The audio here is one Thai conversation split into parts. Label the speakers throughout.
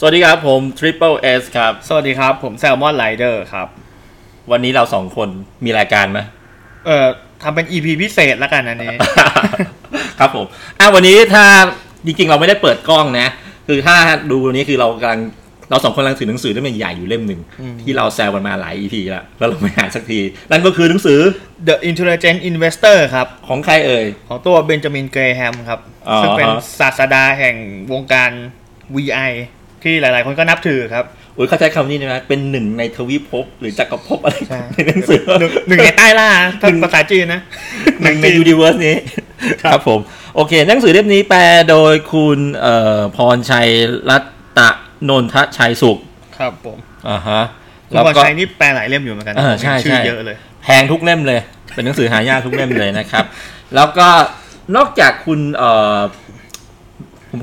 Speaker 1: สวัสดีครับผม Triple S ครับ
Speaker 2: สวัสดีครับ ผมแซลมอนไรเดอร์ครับ
Speaker 1: วันนี้เราสองคนมีรายการไหม
Speaker 2: เอ่อทำเป็น EP พิเศษแล้วกันอันนี้
Speaker 1: ครับผมอ่ะวันนี้ถ้าจริงๆ เราไม่ได้เปิดกล้องนะ คือถ้าดูวันนี้คือเรากำลังเราสองคนกำลังถือหนังสือเล่มใหญ่ๆอยู่เล่มหนึ่ง
Speaker 2: อืม
Speaker 1: ที่เราแซวกันมาหลาย EP แล้วแล้วเราไม่หาสักที นั่นก็คือหนังสือ
Speaker 2: The Intelligent Investor ครับ
Speaker 1: ของใครเอ่ย
Speaker 2: ของตัวเบนจามินเกรแฮมครับ
Speaker 1: อ๋อ
Speaker 2: ซึ่งเป็นศาสดาแห่งวงการ VI ที่หลายๆ คนก็นับถือครับ
Speaker 1: อุ้ยเข้าใจคำนี้ได้ไหมเป็นหนึ่งในทวีภพหรือจักรภพอะไร
Speaker 2: ใช่
Speaker 1: ในหนังสือ
Speaker 2: หนึ่งหนึ่งในใต้ ล่าถ้าภาษาจีนนะ
Speaker 1: หนึ่งใน
Speaker 2: จี
Speaker 1: ยูนิเวิร์สนี้ ครับผม โอเค หนังสือเล่มนี้แปลโดยคุณเอ่อพรชัยรัตะนนทชัยสุข
Speaker 2: ครับผม
Speaker 1: อ่าฮะ
Speaker 2: คุณพรชัยนี่แปลหลายเล่มอยู่เหมือนกันนะ
Speaker 1: เออ
Speaker 2: ผม
Speaker 1: ใช่
Speaker 2: เห็นชื่อ
Speaker 1: ใช่
Speaker 2: เยอะเลย
Speaker 1: แพงทุกเล่มเลย เป็นหนังสือหายากทุกเล่มเลยนะครับ แล้วก็นอกจากคุณเอ่อ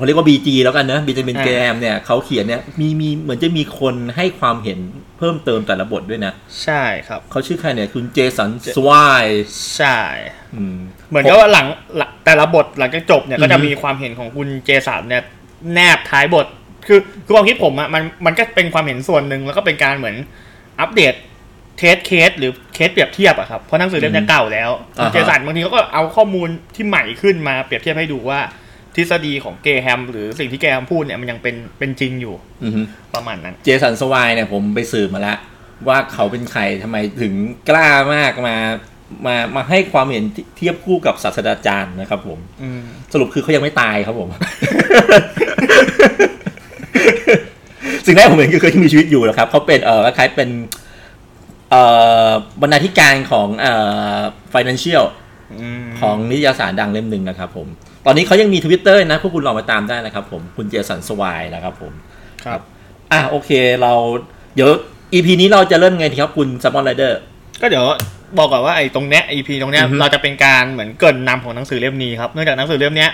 Speaker 1: ผมเรียกว่า BG แล้วกันเนอะบีจามิน
Speaker 2: อ่า
Speaker 1: แกรมเนี่ยเขาเขียนเนี่ยมีมีเหมือนจะมีคนให้ความเห็นเพิ่มเติมแต่ละบทด้วยนะ
Speaker 2: ใช่ครับ
Speaker 1: เขาชื่อใครเนี่ยคุณเจสันสวาย
Speaker 2: ใช่
Speaker 1: อืม
Speaker 2: เหมือนกับว่าหลังหลังแต่ละบทหลังจากจบเนี่ยก็
Speaker 1: อื
Speaker 2: จะ
Speaker 1: อฮึ
Speaker 2: มีความเห็นของคุณเจสันเนี่ยแนบท้ายบท คือคือความคิดผมอะมันมันก็เป็นความเห็นส่วนหนึ่งแล้วก็เป็นการเหมือนอัปเดตเทสเคสหรือเคสเปรียบเทียบอะครับเพราะหนังสือเล่มเนี้ยเก่าแล้วคุณ
Speaker 1: อ่าฮะ
Speaker 2: เจสันบางทีเขาก็เอาข้อมูลที่ใหม่ขึ้นมาเปรียบเทียบให้ดูว่า ทฤษฎีของเกรแฮมหรือสิ่งที่เกรแฮมพูดเนี่ยมันยังเป็นเป็นจริงอยู่
Speaker 1: อือฮึ
Speaker 2: ประมาณนั้น
Speaker 1: เจสันสวายเนี่ยผมไปสืบมาแล้วว่าเขาเป็นใครทำไมถึงกล้ามากมามามาให้ความเห็นที่เทียบคู่กับศาสตราจารย์นะครับผม
Speaker 2: อืม
Speaker 1: สรุปคือเขายังไม่ตายครับผม สิ่งแรกผมเห็นคือเขายังมีชีวิตอยู่นะครับเขาเป็นเออคล้ายๆเป็นเอ่อบรรณาธิการของเอ่อ financial
Speaker 2: อืม
Speaker 1: ของนิตยสารดังเล่มหนึ่งนะครับผมตอนนี้เขายังมีทวิตเตอร์นะพวกคุณลองไปตามได้นะครับผมคุณเจสันสวายนะครับผม
Speaker 2: ครับ
Speaker 1: อ่ะโอเคเราเดี๋ยว EP นี้เราจะเริ่มไงดีครับคุณซัมมอนไรเดอร์
Speaker 2: ก็เดี๋ยวบอกก่อนว่าไอ้ตรงเนี้ย EP ตรงเนี้ย
Speaker 1: อือฮึ
Speaker 2: เราจะเป็นการเหมือนเกรินนำของหนังสือเล่มนี้ครับเนื่องจากหนังสือเล่มเนี้ย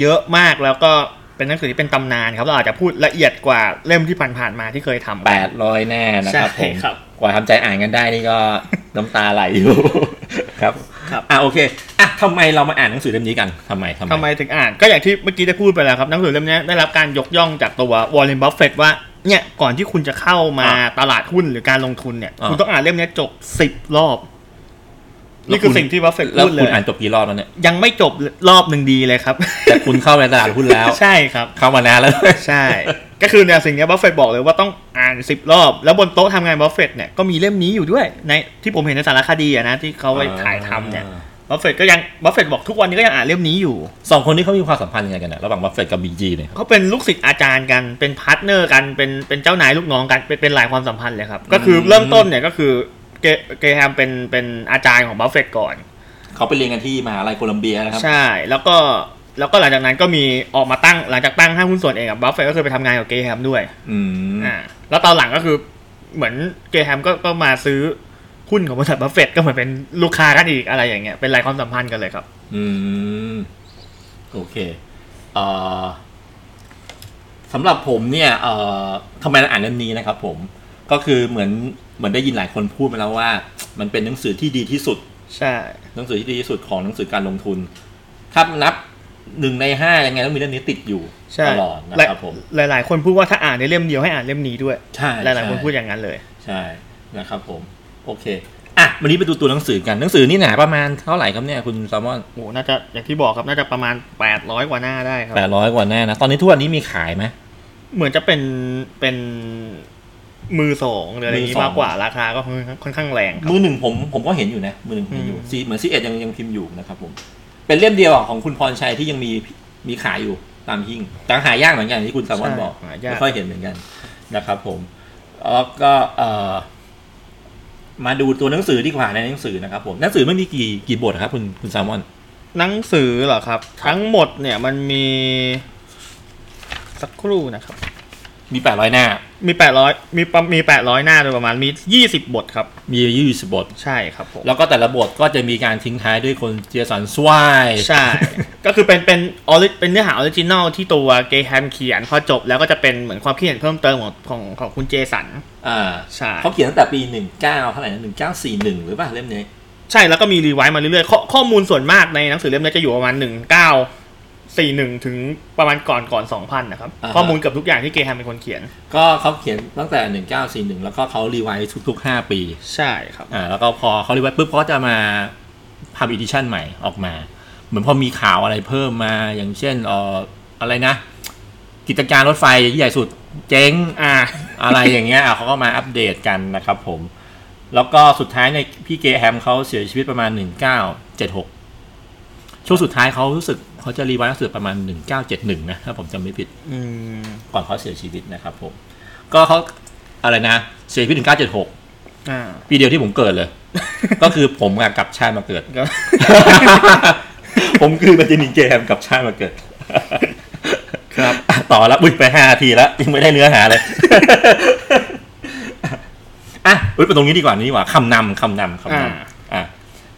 Speaker 2: เยอะมากแล้วก็เป็นหนังสือที่เป็นตำนานครับเราอาจจะพูดละเอียดกว่าเล่มที่ผ่านๆมาที่เคยทำ
Speaker 1: แปดร้อยแน่นะครับผ
Speaker 2: ใช่
Speaker 1: ม
Speaker 2: ครับ
Speaker 1: กว่าทำใจอ่านกันได้นี่ก็ น้ำตาไหลอยู่ ครับ
Speaker 2: ครับ
Speaker 1: อ่ะโอเคอ่ะทำไมเรามาอ่านหนังสือเล่มนี้กันทำไมทำ
Speaker 2: ทำ
Speaker 1: ไม
Speaker 2: ไมถึงอ่านก็อย่างที่เมื่อกี้ได้พูดไปแล้วครับหนังสือเล่มเนี้ยได้รับการยกย่องจากตัววอร์เรนบัฟเฟตว่าเนี่ยก่อนที่คุณจะเข้ามา
Speaker 1: อ่ะ
Speaker 2: ตลาดหุ้นหรือการลงทุนเนี่ย
Speaker 1: อ่ะ
Speaker 2: คุณต้องอ่านเล่มเนี้ยจบสิบรอบ
Speaker 1: แล้ว
Speaker 2: นี่คือสิ่งที่บัฟเฟต
Speaker 1: แล้ว
Speaker 2: พูดเล
Speaker 1: คุณ
Speaker 2: ย
Speaker 1: อ่านจบกี่รอบแล้วเนี่ย
Speaker 2: ยังไม่จบรอบหนึ่งดีเลยครับ
Speaker 1: แต่คุณเข้าในตลาดหุ้นแล้ว
Speaker 2: ใช่ครับ
Speaker 1: เข้ามานานแล้ว
Speaker 2: ใช่ ก็คือเนี่ยสิ่งเนี้ยบัฟเฟตบอกเลยว่าต้องอ่านสิบรอบ แล้วบนโต๊ะทำงานบัฟเฟตเนี่ยก็มีเล่มนี้อยู่ด้วย ในที่ผมเห็นในสารคดีอะนะที่เขาไปถ่ายทำเนี่ย
Speaker 1: อ่า
Speaker 2: บัฟเฟตก็ยังบัฟเฟตบอกทุกวันนี้ก็ยังอ่านเล่มนี้อยู่
Speaker 1: สองคนนี้เขามีความสัมพันธ์ยังไงกันนะระหว่างบัฟเฟตกับบีจีเนี่ย
Speaker 2: เขาเป็นลูกศิษย์อาจารย์กันเป็นพาร์ทเนอร์กันเป็นเป็นเจ้านายลูกน้องกันเป็นเป็นหลายความสัมพันธ์เลยครับ ก็คือ
Speaker 1: อืม
Speaker 2: เริ่มต้นเนี่ยก็คือเกเกรแฮมเป็นเป็นอาจารย์ของบัฟเฟตก่อน
Speaker 1: เขาไปเรียนกันที่มหาลัยโคลัมเบียนะครับ
Speaker 2: ใช่แล้วก็แล้วก็หลังจากนั้นก็มีออกมาตั้งหลังจากตั้งห้างหุ้นส่วนเองกับบัฟเฟตก็คือไปทำงานกับเกรแฮมด้วย
Speaker 1: อืม
Speaker 2: อ่าแล้วตอนหลังก็คือเหมือนเกรแฮมก็ก็มาซื้อหุ้นของบริษัทบัฟเฟตต์ก็เหมือนเป็นลูกค้ากันอีกอะไรอย่างเงี้ยเป็นรายความสัมพันธ์กันเลยครับ
Speaker 1: อืมโอเคเอ่อสำหรับผมเนี่ยเอ่อทำไมเราอ่านเล่มนี้นะครับ ผมก็คือเหมือนเหมือนได้ยินหลายคนพูดมาแล้วว่า มันเป็นหนังสือที่ดีที่สุด
Speaker 2: ใช่
Speaker 1: หนังสือที่ดีที่สุดของหนังสือการลงทุนถ้านับหนึ่งในห้ายังไงต้องมีเล่มนี้ติดอยู่
Speaker 2: ใช่
Speaker 1: ตลอดนะครับผม
Speaker 2: หลายหลาย ๆ คนพูดว่าถ้าอ่านในเล่มเดียวให้อ่านเล่มนี้ด้วย
Speaker 1: ใช่
Speaker 2: หลายหลายๆ
Speaker 1: ใช่
Speaker 2: คนพูดอย่างนั้นเลย
Speaker 1: ใช่นะครับผม โอเคอ่ะวันนี้ไปดูตัวหนังสือกันหนังสือนี่หนาประมาณเท่าไหร่ครับเนี่ยคุณแซลมอน
Speaker 2: โอ้น่าจะอย่างที่บอกครับน่าจะประมาณ 800 กว่าหน้าได้ครับ
Speaker 1: แปดร้อยกว่าแน่นะตอนนี้ทั่วนี้มีขายไหม
Speaker 2: เหมือนจะเป็นเป็นมือสองหรืออะไรอย่าง
Speaker 1: มือ
Speaker 2: นี้
Speaker 1: สอง
Speaker 2: มากกว่าราคาก็ค่อนข้างค่อนข้างแรงครับ
Speaker 1: มือหนึ่งผมผมก็เห็นอยู่นะ มือหนึ่งผมเห็นอยู่
Speaker 2: อืม
Speaker 1: ซีเหมือนซีเอ็ดยังยังพิมพ์อยู่นะครับผม เป็นเล่มเดียวอ่ะของคุณพรชัยที่ยังมีมีขายอยู่ตามหิ้งแต่หายากเหมือนกันที่คุณสามวันบอก
Speaker 2: ใช่หายา
Speaker 1: ไม่
Speaker 2: ก
Speaker 1: ค่อยเห็นเหมือนกันนะครับผมแล้วก็เอ่อมาดูตัวหนังสือดีกว่าในหนังสือนะครับผมหนังสือมันมีกี่กี่บทครับคุณคุณสามวัน
Speaker 2: หนังสือเหรอครับ ทั้งหมดเนี่ยมันมีสักครู่นะครับ
Speaker 1: มีแปดร้อยหน้า
Speaker 2: มี 800 มีประมี800 หน้าโดยประมาณมี 20 บทครับ
Speaker 1: มียี่สิบบท
Speaker 2: ใช่ครับผม
Speaker 1: แล้วก็แต่ละบทก็จะมีการทิ้งท้ายด้วยคนเจสันสวาย
Speaker 2: ใช่ ก็คือเป็นเป็นออริเป็นเนื้อหาออริจินอลที่ตัวเกย์แฮมเขียน พอจบแล้วก็จะเป็นเหมือนความคิดเห็นเพิ่มเติมของของของคุณเจสัน
Speaker 1: อ่า
Speaker 2: ใช่
Speaker 1: เขาเขียนตั้งแต่ปีหนึ่งเก้าเท่าไหร่นะหนึ่งเก้าสี่หนึ่งหรือเปล่าเล่มนี้
Speaker 2: ใช่แล้วก็มีรีไวซ์มาเรื่อยๆข้อข้อมูลส่วนมากในหนังสือเล่มนี้จะอยู่ประมาณ 19 สี่หนึ่งถึงประมาณก่อนก่อนสองพันนะครับ
Speaker 1: อ่าฮะ
Speaker 2: ข้อมูลเกือบทุกอย่างที่เกแฮมเป็นคนเขียน
Speaker 1: ก็เขาเขียนตั้งแต่ 1941 แล้วก็เขารีไวซ์ทุก ๆ 5 ปี
Speaker 2: ใช่ครับ
Speaker 1: อ่าแล้วก็พอเขารีไวซ์ปุ๊บเขาก็จะมาพับอีดิชั่นใหม่ออกมา เหมือนพอมีข่าวอะไรเพิ่มมาอย่างเช่นเอ่ออะไรนะ กิจการรถไฟใหญ่สุดเจ๊ง
Speaker 2: อ่า
Speaker 1: อะไรอย่างเงี้ยอ่ะเขาก็มาอัปเดตกันนะครับผม แล้วก็สุดท้ายในยพี่เกแฮมเขาเสียชีวิตประมาณ 1976 ช่วงสุดท้ายเขารู้สึกเขาจะรีไวซ์หนังสือประมาณ 1971 นะ ถ้าผมจำไม่ผิด
Speaker 2: อืม
Speaker 1: ก่อนเขาเสียชีวิตนะครับผม ก็เขาอะไรนะ เสียชีวิต 1976
Speaker 2: อ่า
Speaker 1: ปีเดียวที่ผมเกิดเลย ก็คือผมอะกลับชาติมาเกิด
Speaker 2: ก็
Speaker 1: ผมคือมาจินินเกแฮมกลับชาติมาเกิด
Speaker 2: ครับ
Speaker 1: ต่อแล้วอุ้ยไปห้าทีแล้วยังไม่ได้เนื้อหาเลย อ่ะอุ้ยไปตรงนี้ดีกว่านี่ดีกว่าคำนำคำนำคำน
Speaker 2: อ่า
Speaker 1: ำอ่ะ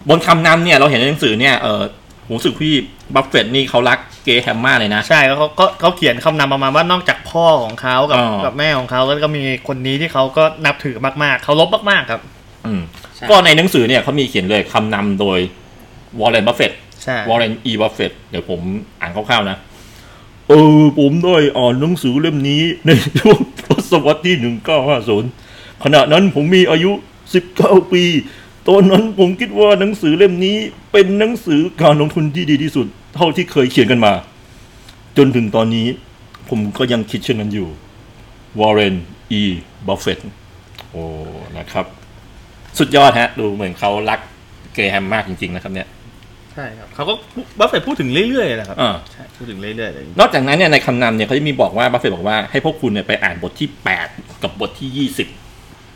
Speaker 1: บนคำนำเนี่ยเราเห็นในหนังสือเนี่ยเออผมรู้สึกพี่บัฟเฟตต์นี่เขารักเกย์แฮมมากเลยนะ
Speaker 2: ใช่แล้วเขาก็เขาเขียนคำนำประมาณว่านอกจากพ่อของเขากับ
Speaker 1: อ๋อ
Speaker 2: กับแม่ของเขาแล้วก็มีคนนี้ที่เขาก็นับถือมากๆ เขารบมากๆครับ
Speaker 1: อืม
Speaker 2: ใช่
Speaker 1: ก็ในหนังสือเนี่ยเขามีเขียนเลยคำนำโดยวอลเลนบัฟเฟต
Speaker 2: ใช่
Speaker 1: วอร์เรนอีบัฟเฟตเดี๋ยวผมอ่านคร่าวๆนะ เออ ผมได้อ่านหนังสือเล่มนี้ในช่วงทศวรรษที่ 1950 ขณะนั้นผมมีอายุ 19 ปี ตอนนั้นผมคิดว่าหนังสือเล่มนี้เป็นหนังสือการลงทุนที่ดีที่สุด เท่าที่เคยเขียนกันมา จนถึงตอนนี้ ผมก็ยังคิดเช่นนั้นอยู่วอร์เรนอีบัฟเฟตโอ้นะครับ สุดยอดฮะ ดูเหมือนเขารักเกรแฮมมากจริงๆนะครับเนี่ย
Speaker 2: ใช่ครับเขาก็บัฟเฟตต์พูดถึงเรื่อยๆแหละครับ
Speaker 1: อ่า
Speaker 2: ใช่พูดถึงเรื่อยๆเลย
Speaker 1: นอกจากนั้นเนี่ยในคำนำเนี่ยเขาจะมีบอกว่าบัฟเฟตบอกว่าให้พวกคุณเนี่ยไปอ่านบทที่ 8 กับบทที่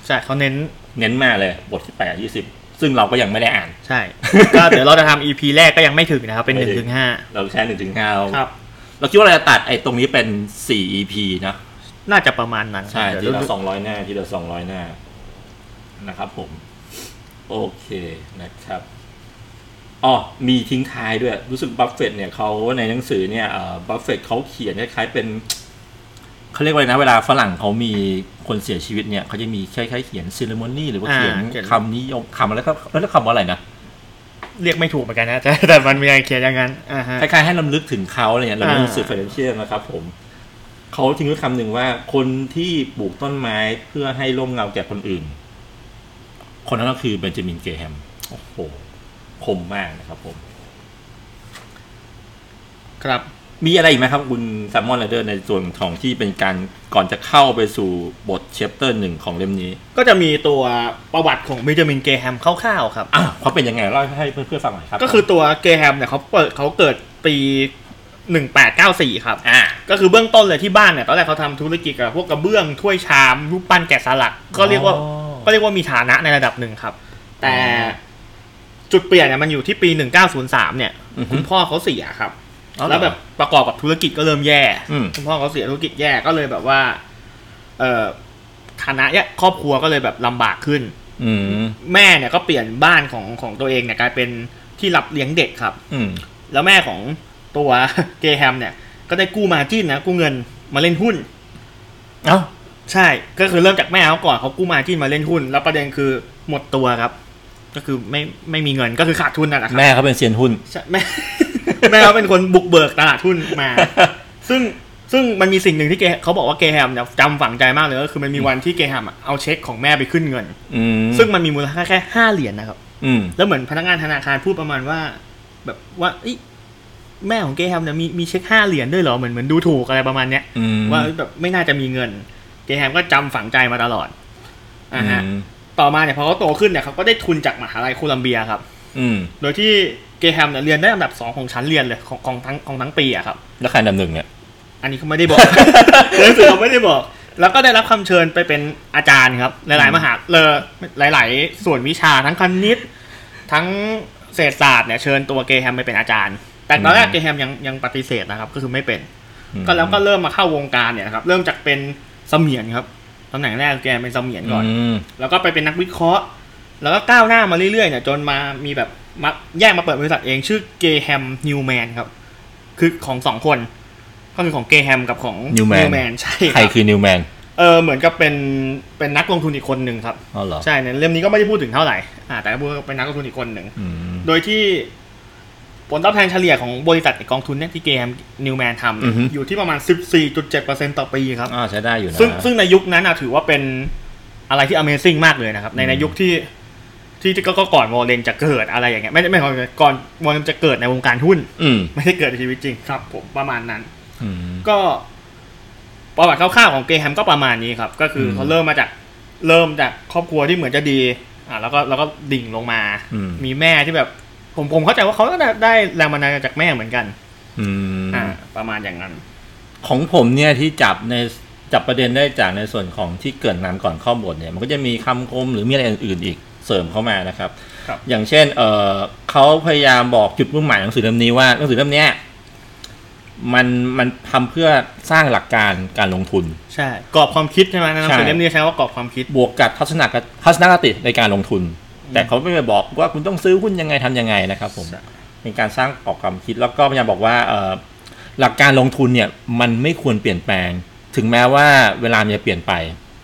Speaker 2: ใช่เขาเน้น
Speaker 1: 20 เน้นมากเลยบทที่ 8 20 ซึ่งเราก็ยังไม่ได้อ่าน
Speaker 2: ใช่ ก็เดี๋ยวเราจะทำ EP แรกก็ยังไม่ถึงนะครับเป็นห
Speaker 1: ไม่
Speaker 2: นึ่ง
Speaker 1: ถึง
Speaker 2: ถึงห้า
Speaker 1: เราแค่1นถึงห้าเรา
Speaker 2: ครับ
Speaker 1: เราคิดว่าเราจะตัดไอ้ตรงนี้เป็น 4 EP นะ
Speaker 2: น่าจะประมาณนั้น
Speaker 1: ใช่
Speaker 2: เดี๋ยว
Speaker 1: ที
Speaker 2: เรา
Speaker 1: ละ200 หน้าทีละ200 หน้านะครับผม โอเคนะครับอ๋อมีทิ้งท้ายด้วย รู้สึกบัฟเฟตเนี่ยเขาในหนังสือเนี่ยเอ่อบัฟเฟตเขาเขียนคล้ายๆเป็น เขาเรียกว่าอะไรนะ เวลาฝรั่งเขามีคนเสียชีวิตเนี่ยเขาจะมีคล้ายๆเขียนซ e เ e ม o นีหรือว่าเขียนคำนิยมคำอะไรครับแล้วคำว่าอะไรนะ
Speaker 2: เรียกไม่ถูกเหมือนกันนะแต่แต่มันมีอะไรเขียนอย่างนั้นอ่าฮะ
Speaker 1: คล้ายๆให้ลำลึกถึงเขาอะไรเนี่ยลำลึกถึงสื่อ
Speaker 2: อ่า
Speaker 1: เฟรนเชียนะครับผม เขาทิ้งไว้คำหนึ่งว่า คนที่ปลูกต้นไม้เพื่อให้ร่มเงาแก่คนอื่น คนนั้นก็คือเบนจามินเกรแฮม โอ้โห คมมากนะครับผม
Speaker 2: ครับ
Speaker 1: มีอะไรอีกไหมครับ คุณแซมมอนไรเดอร์ในส่วนของที่เป็นการก่อนจะเข้าไปสู่บทเชปเตอร์หนึ่งของเล่มนี้
Speaker 2: ก็จะมีตัวประวัติของเบนจามินเกรแฮมคร่าวๆครับ
Speaker 1: อ่ะเขาเป็นยังไงเล่าให้เพื่อนๆฟังหน่อยครับ
Speaker 2: ก็คือตัวเกรแฮมเนี่ยเขาเปิดเขาเกิดปี 1894 ครับ
Speaker 1: อ่า
Speaker 2: ก็คือเบื้องต้นเลยที่บ้านเนี่ยตอนแรกเขาทำธุรกิจกับพวกกระเบื้องถ้วยชามรูปปั้นแกะสลัก ก็เรียกว่า
Speaker 1: อ๋อ
Speaker 2: ก็เรียกว่ามีฐานะในระดับหนึ่งครับ แต่
Speaker 1: อ๋อ
Speaker 2: จุดเปลี่ยนเนี่ยมันอยู่ที่ปี 1903 เนี่ย
Speaker 1: อือฮึ
Speaker 2: คุณพ่อเขาเสียครับ
Speaker 1: เอาเหรอ
Speaker 2: แล้วแบบประกอบกับธุรกิจก็เริ่มแย่
Speaker 1: อืม
Speaker 2: คุณพ่อเขาเสียธุรกิจแย่ก็เลยแบบว่า เอ่อฐานะเนี่ยครอบครัวก็เลยแบบลำบากขึ้น
Speaker 1: อืม
Speaker 2: แม่เนี่ยก็เปลี่ยนบ้านของของตัวเองเนี่ยกลายเป็นที่รับเลี้ยงเด็กครับ
Speaker 1: อืม
Speaker 2: แล้วแม่ของตัว เกรแฮมเนี่ย ก็ได้กู้มาจิ้นนะกู้เงินมาเล่นหุ้น
Speaker 1: เอ้า
Speaker 2: ใช่ ก็คือเริ่มจากแม่เขาก่อนเขากู้มาจิ้นมาเล่นหุ้น แล้วประเด็นคือหมดตัวครับ ก็คือไม่ไม่มีเงินก็คือขาดทุนนั่นแหละครับ
Speaker 1: แม่เขาเป็นเซียนหุ้น
Speaker 2: ใช่แม่ แม่เขาเป็นคนบุกเบิกตลาดหุ้นมา ซึ่งซึ่งมันมีสิ่งหนึ่งที่เกรเขาบอกว่าเกรแฮมเนี่ยจำฝังใจมากเลยก็คือมันมีวันที่เกรแฮมอะเอาเช็คของแม่ไปขึ้นเงิน
Speaker 1: อืม
Speaker 2: ซึ่งมันมีมูลค่าแค่ห้าเหรียญนะครับ
Speaker 1: อืม
Speaker 2: แล้วเหมือนพนักงานธนาคารพูดประมาณว่า แบบว่าเอ้ยแม่ของเกย์แฮมเนี่ยมีมีเช็คห้าเหรียญด้วยเหรอเหมือนเหมือนดูถูกอะไรประมาณเนี้ย
Speaker 1: อืม
Speaker 2: ว่าแบบไม่น่าจะมีเงิน เกย์แฮมก็จำฝังใจมาตลอดอ่าฮะ
Speaker 1: อืม
Speaker 2: ต่อมาเนี่ยพอเขาโตขึ้นเนี่ยเขาก็ได้ทุนจากมหาลัยโคลัมเบียครับ
Speaker 1: อืม
Speaker 2: โดยที่เกย์แฮมเนี่ยเรียนได้อันดับสองของชั้นเรียนเลยของของทั้งของทั้งปีอะครับ
Speaker 1: แล้วใครอันดับหนึ่งเนี่ย
Speaker 2: อันนี้เขาไม่ได้ บอก หนังสือเขาไม่ได้บอก แล้วก็ได้รับคำเชิญไปเป็นอาจารย์ครับ หลาย ๆ มหาเลอหลาย ๆ ส่วนวิชาทั้งคณิต ทั้งเศรษฐศาสตร์เนี่ยเชิญตัวเกรแฮมไปเป็นอาจารย์ แต่ตอนแรก
Speaker 1: อืม
Speaker 2: เกรแฮมยังยังปฏิเสธนะครับ ก็คือไม่เป็น
Speaker 1: อืม
Speaker 2: ก็แล้วก็เริ่มมาเข้าวงการเนี่ยนะครับ เริ่มจากเป็นเสมียนครับตำแหน่งแรกแกเป็นเสมียนก่อน
Speaker 1: ม
Speaker 2: แล้วก็ไปเป็นนักวิเคราะห์ แล้วก็ก้าวหน้ามาเรื่อยๆเนี่ยจนมามีแบบมาแยกมาเปิดบริษัทเองชื่อเกแฮมนิวแมนครับ คือของสองคน ก็คือของเกแฮมกับของแมนใช่
Speaker 1: ใคร
Speaker 2: ครับ
Speaker 1: คือนิวแมน
Speaker 2: เออเหมือนกับเป็นเป็นนักลงทุนอีกคนหนึ่งครับ
Speaker 1: อ๋อเหรอ
Speaker 2: ใช่ในเล่มนี้ก็ไม่ได้พูดถึงเท่าไหร่อ่าแต่ก็พูดว่าเป็นนักลงทุนอีกคนหนึ่ง
Speaker 1: อืม
Speaker 2: โดยที่ผ ลตอบแทนเฉลี่ยของบริษัทกองทุนเนี่ยที่เกมนิวแมนทำ
Speaker 1: อื
Speaker 2: เนี่ย
Speaker 1: อฮึ
Speaker 2: อยู่ที่ประมาณ 14.7%ต่อปีครับ
Speaker 1: อ่าใช้ได้อยู่นะ
Speaker 2: ซึ่งซึ่งในยุคนั้นนะถือว่าเป็นอะไรที่ Amazing มากเลยนะครับ ในในยุคที่ที่ที่ก็ก็ก่อนวอลเลนจะเกิดอะไรอย่างเงี้ยไม่ไม่ก่อนก่อนวอลเลนจะเกิดในวงการหุ้น
Speaker 1: อืม
Speaker 2: ไม่ได้เกิดในชีวิตจริงครับผมประมาณนั้น
Speaker 1: อืม
Speaker 2: ก็ประวัติคร่าวๆของเกรแฮมก็ประมาณนี้ครับ ก็คืออ
Speaker 1: ม
Speaker 2: เขาเริ่มมาจากเริ่มจากครอบครัวที่เหมือนจะดีอ่ะแล้วก็แล้วก็ดิ่งลงมา
Speaker 1: อืม
Speaker 2: มีแม่ที่แบบ ผมผมเข้าใจว่าเขาก็ได้ได้แรงบันดาลใจจากแม่เหมือนกัน
Speaker 1: อืม
Speaker 2: อ่าประมาณอย่างนั้น
Speaker 1: ของผมเนี่ยที่จับในจับประเด็นได้จากในส่วนของที่เกริดนำก่อนข้อมูลเนี่ยมันก็จะมีคำคมหรือมีอะไรอื่นๆอีกเสริมเข้ามานะครับ
Speaker 2: ครับ
Speaker 1: อย่างเช่นเออเขาพยายามบอกจุดมุ่งหมายของหนังสือเล่มนี้ว่าหนังสือเล่มเนี้ยมันมันทำเพื่อสร้างหลักการการลงทุน
Speaker 2: ใช่กรอบความคิดใช่ไหมในหนังสือ
Speaker 1: ใช่
Speaker 2: เล่มนี้ใช้ว่ากรอบความคิด
Speaker 1: บวกกับทัศนคติทัศนคติในการลงทุน แต่เขาไม่ได้บอกว่าคุณต้องซื้อหุ้นยังไงทำยังไงนะครับผม
Speaker 2: ใช่
Speaker 1: เป็นการสร้างกรอบความคิดแล้วก็พยายามบอกว่าเอ่อหลักการลงทุนเนี่ยมันไม่ควรเปลี่ยนแปลง ถึงแม้ว่าเวลามันจะเปลี่ยนไป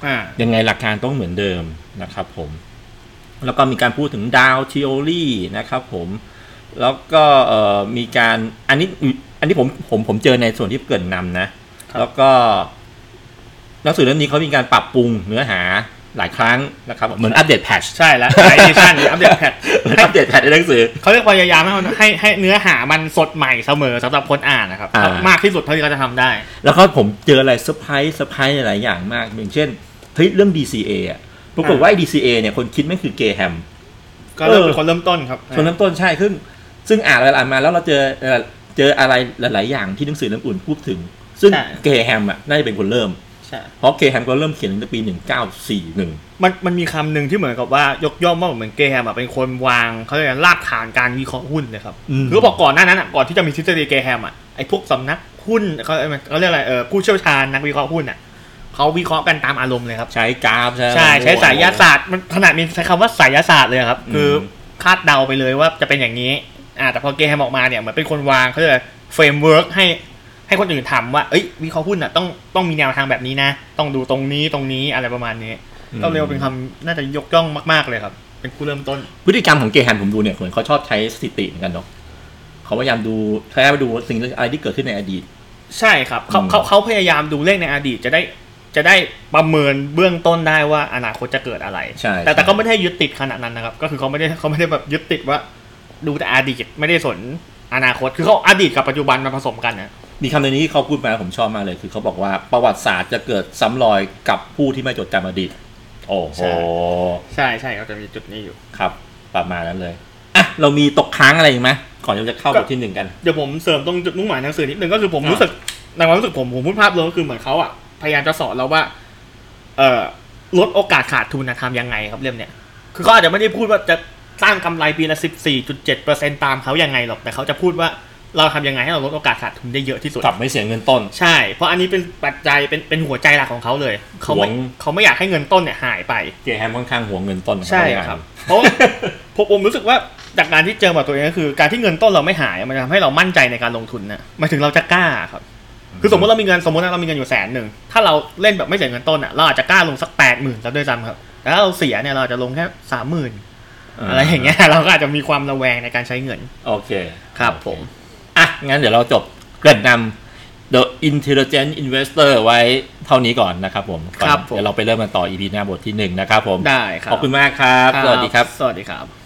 Speaker 2: อ่า
Speaker 1: ยังไงหลักการต้องเหมือนเดิมนะครับผม แล้วก็มีการพูดถึงดาวทีโอรีนะครับผม แล้วก็เอ่อมีการอันนี้อันนี้ผมผมผมเจอในส่วนที่เกริดนำนะ
Speaker 2: ครับ
Speaker 1: แล้วก็หนังสือเล่มนี้เขามีการปรับปรุงเนื้อหาหลายครั้งนะครับ เหมือนอัปเดตแพทช์
Speaker 2: ใช่แล้ว ไอเดชั่นอัปเดตแพท
Speaker 1: อัปเดตแพทช์ในหนังสือ
Speaker 2: เขาเรียกพยายามให้มันให้ให้เนื้อหามันสดใหม่เสมอสำหรับคนอ่านนะครับ
Speaker 1: อ่าม
Speaker 2: มากที่สุดเท่าที่เขาจะทำได้
Speaker 1: แล้วก็ผมเจออะไรเซอร์ไพรส์เซอร์ไพรส์หลายอย่างมาก อย่างเช่นเฮ้ยเรื่อง DCA อ่ะปรากฏว่าไอ้ DCA เนี่ยคนคิดไม่คือเกย์แฮม
Speaker 2: ก็เริ่ม
Speaker 1: เออ
Speaker 2: เป็นคนเริ่มต้นครับ
Speaker 1: ส่วนเริ่มต้นใช่ซึ่งซึ่งอ่านอะไรอ่านมาแล้วเราเจอเอ่อเจออะไรหลาย ๆ อย่างที่หนังสือเล่มอื่นพูดถึง ซึ่ง
Speaker 2: ใช่
Speaker 1: เกย์แฮมอ่ะน่าจะเป็นคนเริ่ม
Speaker 2: ใช่
Speaker 1: เพราะเกย์แฮมก็เริ่มเขียนตั้งแต่ปี 1941
Speaker 2: มันมันมีคำหนึ่งที่เหมือนกับว่ายกย่องว่าเหมือนเกแฮมอะเป็นคนวางเขาเรียกรากฐานการวิเคราะห์หุ้นเลยครับ
Speaker 1: อืม
Speaker 2: คือเขาบอกก่อนหน้านั้นอะก่อนที่จะมีทฤษฎีเกแฮมอะไอ้พวกสำนักหุ้นเขาเขาเรียกอะไรเออผู้เชี่ยวชาญนักวิเคราะห์หุ้นอะเขาวิเคราะห์กันตามอารมณ์เลยครับ
Speaker 1: ใช้กราฟใช่ไหม
Speaker 2: ใช่ใช้สายยศาสตร์มันขนาดมีใช้คำว่าสายศาสตร์เลยครับ คืออ
Speaker 1: ม
Speaker 2: คาดเดาไปเลยว่าจะเป็นอย่างนี้อ่าแต่พอเกแฮมออกมาเนี่ยเหมือนเป็นคนวางเขาเรียกเฟรมเวิร์กให้ให้คนอื่นทำว่าเอ้ยวิเคราะห์หุ้นอ่ะต้องต้องมีแนวทางแบบนี้นะ ต้องดูตรงนี้ตรงนี้อะไรประมาณนี้ ก็เรียกว่าเป็นคำน่าจะยกย่องมาก ๆ เลยครับ เป็นผู้เริ่มต้น
Speaker 1: พฤติกรรมของเกย์แฮมผมดูเนี่ยเหมือนเขาชอบใช้สถิติเหมือนกันเนาะเขาพยายามดูพยายามดูสิ่งอะไรที่เกิดขึ้นในอดีต
Speaker 2: ใช่ครับเขา
Speaker 1: อืม
Speaker 2: เขาเขาพยายามดูเลขในอดีตจะได้จะได้ประเมินเบื้องต้นได้ว่าอนาคตจะเกิดอะไร
Speaker 1: ใช่
Speaker 2: แต่แต่ก็ไม่ได้ยึดติดขนาดนั้นนะครับ ก็คือเขาไม่ได้เขาไม่ได้แบบยึดติดว่า ดูแต่อดีตไม่ได้สนอนาคต คือเขาเอาอดีตกับปัจจุบันมาผสมกันนะ
Speaker 1: มีคำในนี้ที่เขาพูดมาผมชอบมากเลย คือเขาบอกว่าประวัติศาสตร์จะเกิดซ้ำรอยกับผู้ที่ไม่จดจำอดีต โอ้โห
Speaker 2: ใช่ใช่เขาจะมีจุดนี้อยู่
Speaker 1: ครับประมาณนั้นเลยอ่ะเรามีตกค้างอะไรอีกไหมก่อนเราจะเข้าบทที่หนึ่งกัน
Speaker 2: เดี๋ยวผมเสริมตรงจุดมุ่งหมายหนังสือนิดนึงก็คือผม
Speaker 1: อ่ะ
Speaker 2: รู้สึกในความรู้สึกผมผมพูดภาพรวมก็คือเหมือนเขาอ่ะพยายามจะสอนเราว่า เออลดโอกาสขาดทุนนะทำยังไงครับเรื่องเนี้ยคือเขาอาจจะไม่ได้พูดว่าจะสร้างกำไรปีละ 14.7%ตามเขายังไงหรอกแต่เขาจะพูดว่าเราทำยังไงให้เราลดโอกาสขาดทุนได้เยอะที่สุด
Speaker 1: กลับไม่เสียเงินต้น
Speaker 2: ใช่ เพราะอันนี้เป็นปัจจัยเป็นเป็นหัวใจหลักของเขาเลย เขาไม่
Speaker 1: หวง
Speaker 2: เขาไม่อยากให้เงินต้นเนี่ยหายไป
Speaker 1: เจแฮมค่อนข้างหวงเงินต้นนะ
Speaker 2: ใช่ครับ เพราะว่า ผมผมรู้สึกว่าจากการที่เจอมาตัวเองก็คือ การที่เงินต้นเราไม่หายมันจะทำให้เรามั่นใจในการลงทุนนะหมายถึงเราจะกล้าครับ คือสมมติเรามีเงินสมมตินะเรามีเงินอยู่แสนหนึ่งถ้าเราเล่นแบบไม่เสียเงินต้นอ่ะเราอาจจะกล้าลงสักแปดหมื่นแล้วด้วยซ้ำครับแต่ถ้าเราเสียเนี่ยเราอาจจะลงแค่สามหมื่นอะไรอย่างเงี้ย เราก็อาจจะมีความระแวงในการใช้เงิน
Speaker 1: โอเค
Speaker 2: ครับผม
Speaker 1: อ่ะ งั้นเดี๋ยวเราจบเกริ่นนำ The Intelligent Investor ไว้เท่านี้ก่อนนะครับผมก่อนเดี๋ยวเราไปเริ่มกันต่อ EP หน้าบทที่หนึ่งนะครับผม
Speaker 2: ได้ครับ
Speaker 1: ขอบคุณมากครับ สวัสดีครับ
Speaker 2: สวัสดีครับ